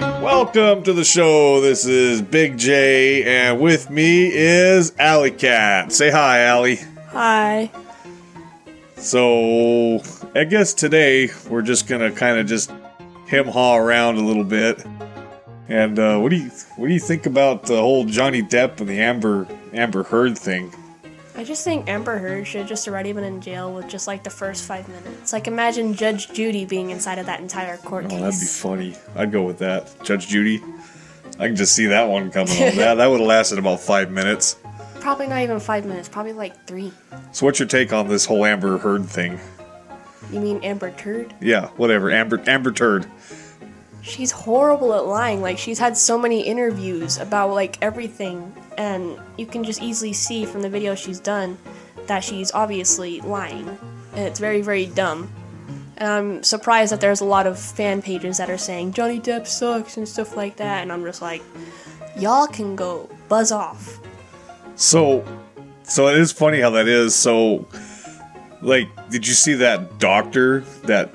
Welcome to the show. This is Big J, and with me is Alley Cat. Say hi, Alley. Hi. So, I guess today we're just gonna kind of just him haw around a little bit. And uh, what do you what do you think about the whole Johnny Depp and the Amber Amber Heard thing? I just think Amber Heard should have just already been in jail with just like the first five minutes. Like imagine Judge Judy being inside of that entire court Oh, case. that'd be funny. I'd go with that. Judge Judy. I can just see that one coming on. That that would have lasted about five minutes. probably not even five minutes. Probably like three. So, what's your take on this whole Amber Heard thing? You mean Amber Turd? Yeah, whatever. Amber Amber Turd. She's horrible at lying. Like she's had so many interviews about like everything, and you can just easily see from the video she's done that she's obviously lying, and it's very very dumb. And I'm surprised that there's a lot of fan pages that are saying Johnny Depp sucks and stuff like that, and I'm just like, y'all can go buzz off. So, so it is funny how that is. So, like, did you see that doctor, that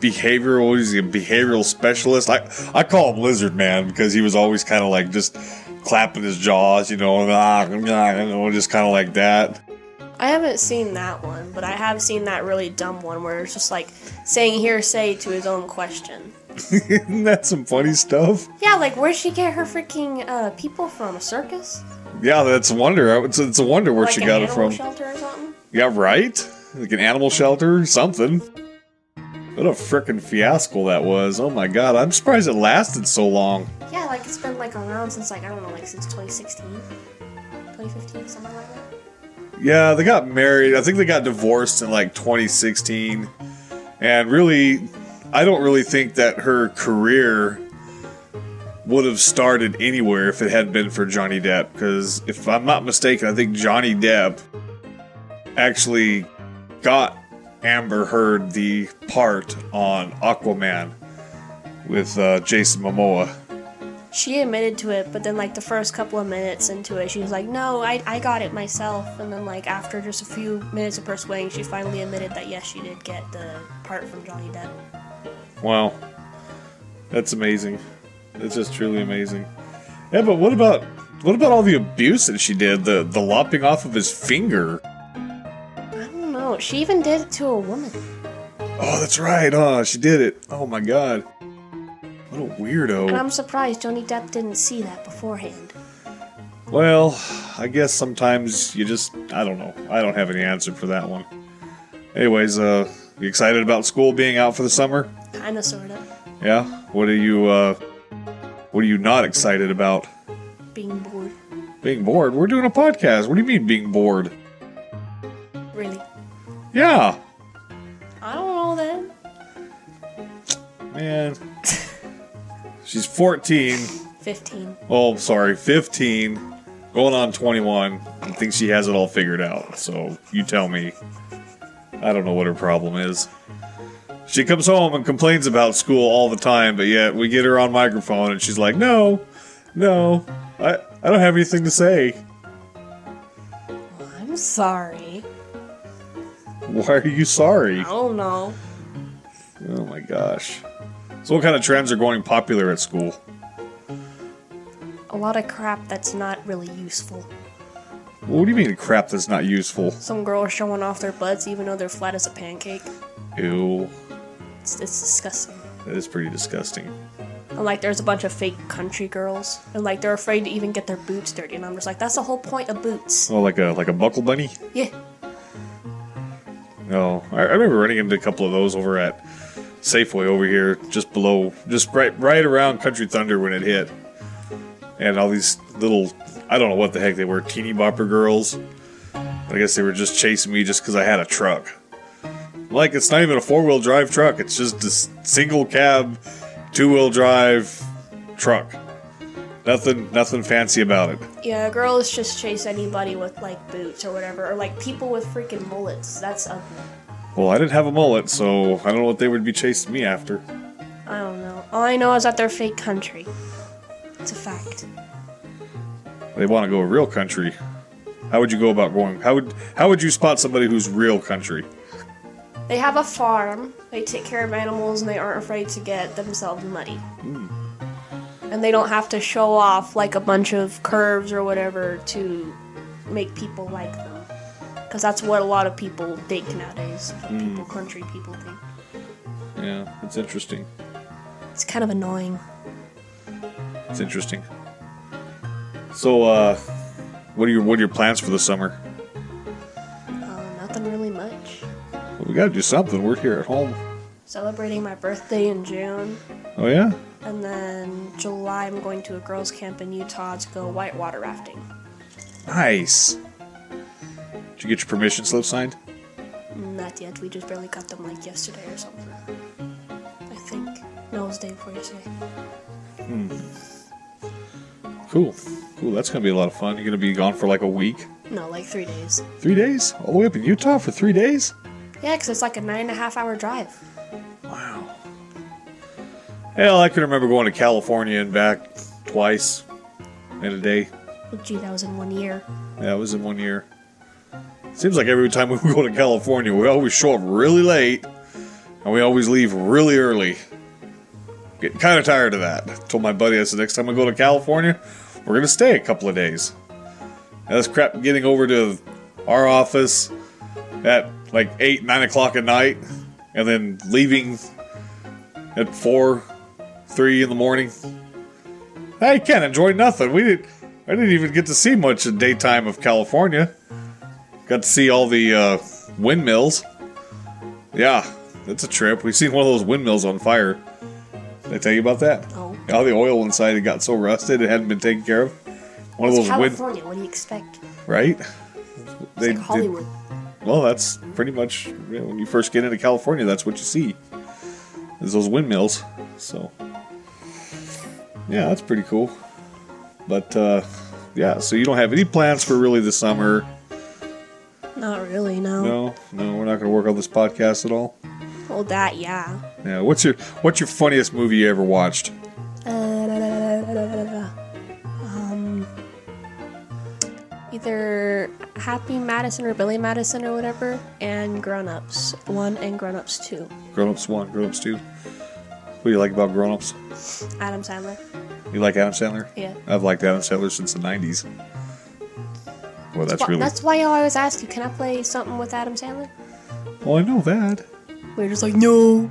behavioral, what is he a behavioral specialist? I, I call him Lizard Man because he was always kind of like just clapping his jaws, you know, and, ah, and, ah, you know, just kind of like that. I haven't seen that one, but I have seen that really dumb one where it's just like saying hearsay to his own question. Isn't that some funny stuff? Yeah, like where'd she get her freaking uh, people from? A circus? Yeah, that's a wonder. It's, it's a wonder where like she an got it animal from. Shelter or something? Yeah, right? Like an animal shelter, something. What a freaking fiasco that was. Oh my god, I'm surprised it lasted so long. Yeah, like it's been like around since like I don't know, like since 2016, 2015, something like that. Yeah, they got married. I think they got divorced in like 2016. And really, I don't really think that her career would have started anywhere if it had been for Johnny Depp. Because if I'm not mistaken, I think Johnny Depp actually got Amber Heard the part on Aquaman with uh, Jason Momoa. She admitted to it, but then like the first couple of minutes into it, she was like, "No, I, I got it myself." And then like after just a few minutes of persuading, she finally admitted that yes, she did get the part from Johnny Depp. Wow. That's amazing. That's just truly amazing. Yeah, but what about what about all the abuse that she did? The the lopping off of his finger. I don't know. She even did it to a woman. Oh, that's right. Huh? She did it. Oh my god. What a And weirdo. I'm surprised Johnny Depp didn't see that beforehand. Well, I guess sometimes you just I don't know. I don't have any answer for that one. Anyways, uh you excited about school being out for the summer? Kinda, sorta. Yeah? What are you uh what are you not excited about? Being bored. Being bored? We're doing a podcast. What do you mean being bored? Really. Yeah. I don't know that. Man. She's 14. 15. Oh, sorry, 15. Going on 21. I think she has it all figured out. So you tell me. I don't know what her problem is. She comes home and complains about school all the time, but yet we get her on microphone and she's like, no, no, I, I don't have anything to say. I'm sorry. Why are you sorry? I don't know. Oh my gosh. So, what kind of trends are going popular at school? A lot of crap that's not really useful. What do you mean crap that's not useful? Some girls showing off their butts even though they're flat as a pancake. Ew. It's, it's disgusting. That is pretty disgusting. And like there's a bunch of fake country girls. And like they're afraid to even get their boots dirty. And I'm just like, that's the whole point of boots. Oh, like a like a buckle bunny? Yeah. No, I, I remember running into a couple of those over at Safeway over here, just below, just right right around Country Thunder when it hit, and all these little I don't know what the heck they were, teeny bopper girls. I guess they were just chasing me just because I had a truck. Like it's not even a four wheel drive truck; it's just a s- single cab, two wheel drive truck. Nothing, nothing fancy about it. Yeah, girls just chase anybody with like boots or whatever, or like people with freaking mullets. That's ugly. Well, I didn't have a mullet, so I don't know what they would be chasing me after. I don't know. All I know is that they're fake country. It's a fact. They want to go real country. How would you go about going? How would how would you spot somebody who's real country? They have a farm, they take care of animals, and they aren't afraid to get themselves muddy. and they don't have to show off like a bunch of curves or whatever to make people like them. Because that's what a lot of people think nowadays. People, country people think. Yeah, it's interesting. It's kind of annoying. It's interesting. So, uh, what are your what are your plans for the summer? Uh, nothing really much. Well, we got to do something. We're here at home. Celebrating my birthday in June, Oh yeah, and then July I'm going to a girls' camp in Utah to go whitewater rafting. nice. Did you get your permission slip signed? Not yet. We just barely got them like yesterday or something. I think. No, it was the day before yesterday. Cool, cool. That's gonna be a lot of fun. You're gonna be gone for like a week, No, like three days. three days, all the way up in Utah for three days. Yeah, because it's like a nine and a half hour drive. Wow. Hell, I can remember going to California and back twice in a day. Oh, gee, that was in one year. That was in one year. Seems like every time we go to California, we always show up really late and we always leave really early. Getting kind of tired of that. I told my buddy, I said, next time we go to California, we're going to stay a couple of days. Now, this crap getting over to our office at like 8, 9 o'clock at night and then leaving at 4, 3 in the morning. I can't enjoy nothing. We didn't. I didn't even get to see much in daytime of California. Got to see all the uh, windmills. Yeah, that's a trip. We seen one of those windmills on fire. Did I tell you about that? Oh. All the oil inside it got so rusted it hadn't been taken care of. One of It's those wind, California. What do you expect? right? They It's like did- Hollywood. well, that's pretty much you know, when you first get into California. That's what you see is those windmills. So, yeah, that's pretty cool. But uh, yeah, so you don't have any plans for really the summer? Not really. No. No, no, we're not going to work on this podcast at all. Well, that yeah. Yeah, what's your what's your funniest movie you ever watched? Uh, da, da, da, da, da, da, da, da. Um, either Happy Madison or Billy Madison or whatever, and Grown Ups One and Grown Ups Two. Grown Ups One, Grown Ups Two. What do you like about Grown Ups? Adam Sandler. You like Adam Sandler? Yeah. I've liked Adam Sandler since the '90s. Well, that's Why- really. That's why I always ask you, can I play something with Adam Sandler? Well, I know that. We're just like, no.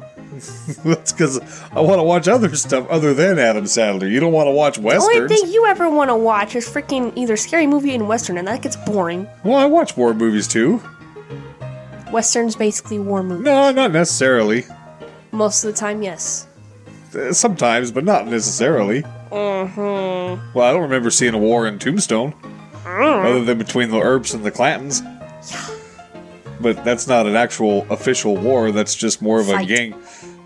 That's because I want to watch other stuff other than Adam Sandler. You don't want to watch Only westerns. thing you ever want to watch is freaking either scary movie and western, and that gets boring. well, I watch war movies too. Western's basically war movie. No, not necessarily. Most of the time, yes. Uh, Sometimes, but not necessarily. Mm-hmm. Well, I don't remember seeing a war in Tombstone, Mm. other than between the Earps and the Clantons. But that's not an actual official war. That's just more of Fight. a gang,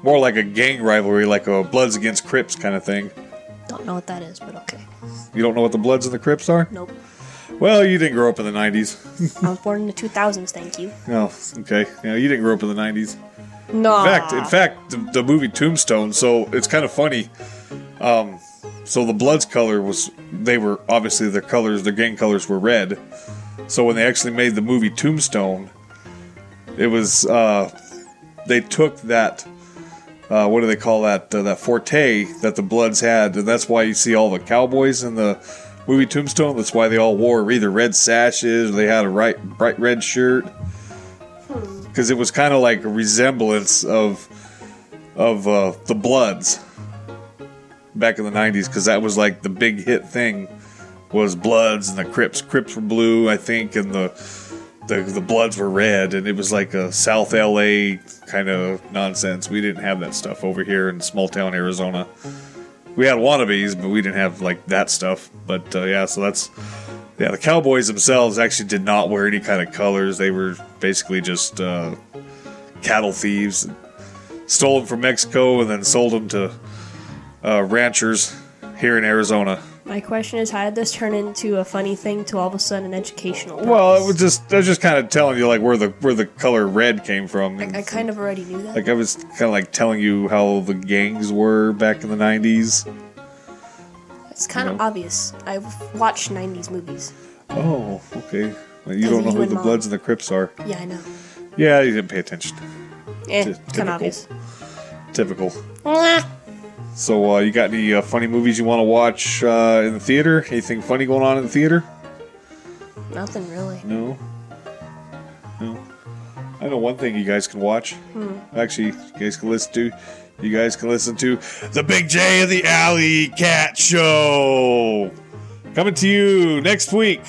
more like a gang rivalry, like a Bloods against Crips kind of thing. Don't know what that is, but okay. You don't know what the Bloods and the Crips are? Nope. Well, you didn't grow up in the '90s. I was born in the 2000s, thank you. Oh, okay. Yeah, you didn't grow up in the '90s. No. In fact, in fact, the, the movie Tombstone. So it's kind of funny. Um, so the Bloods color was they were obviously their colors, their gang colors were red. So when they actually made the movie Tombstone, it was uh, they took that. Uh, what do they call that? Uh, that forte that the Bloods had, and that's why you see all the cowboys in the movie Tombstone. That's why they all wore either red sashes, or they had a right, bright red shirt because it was kind of like a resemblance of of uh, the Bloods back in the '90s, because that was like the big hit thing was Bloods and the Crips. Crips were blue, I think, and the the, the Bloods were red, and it was like a South LA kind of nonsense. We didn't have that stuff over here in small town Arizona. We had wannabes, but we didn't have like that stuff. But uh, yeah, so that's yeah, the Cowboys themselves actually did not wear any kind of colors. They were basically just uh, cattle thieves, stole them from Mexico and then sold them to uh, ranchers here in Arizona. My question is, how did this turn into a funny thing to all of a sudden an educational? Well, it purpose? was just I was just kind of telling you like where the where the color red came from. I kind of already knew that. like I was kind of like telling you how the gangs were back in the '90s. it's kind of no. obvious. I've watched 90s movies. Oh, okay. Well, you As don't in know you who and the Mom. Bloods and the Crips are. Yeah, I know. Yeah, you didn't pay attention. Ty- Eh, kind typical. of obvious. Typical. Mwah. So, uh, you got any uh, funny movies you want to watch uh, in the theater? Anything funny going on in the theater? Nothing really. No. No. I know one thing you guys can watch. Actually, you guys can listen to. You guys can listen to the Big J of the Alley Cat Show. Coming to you next week.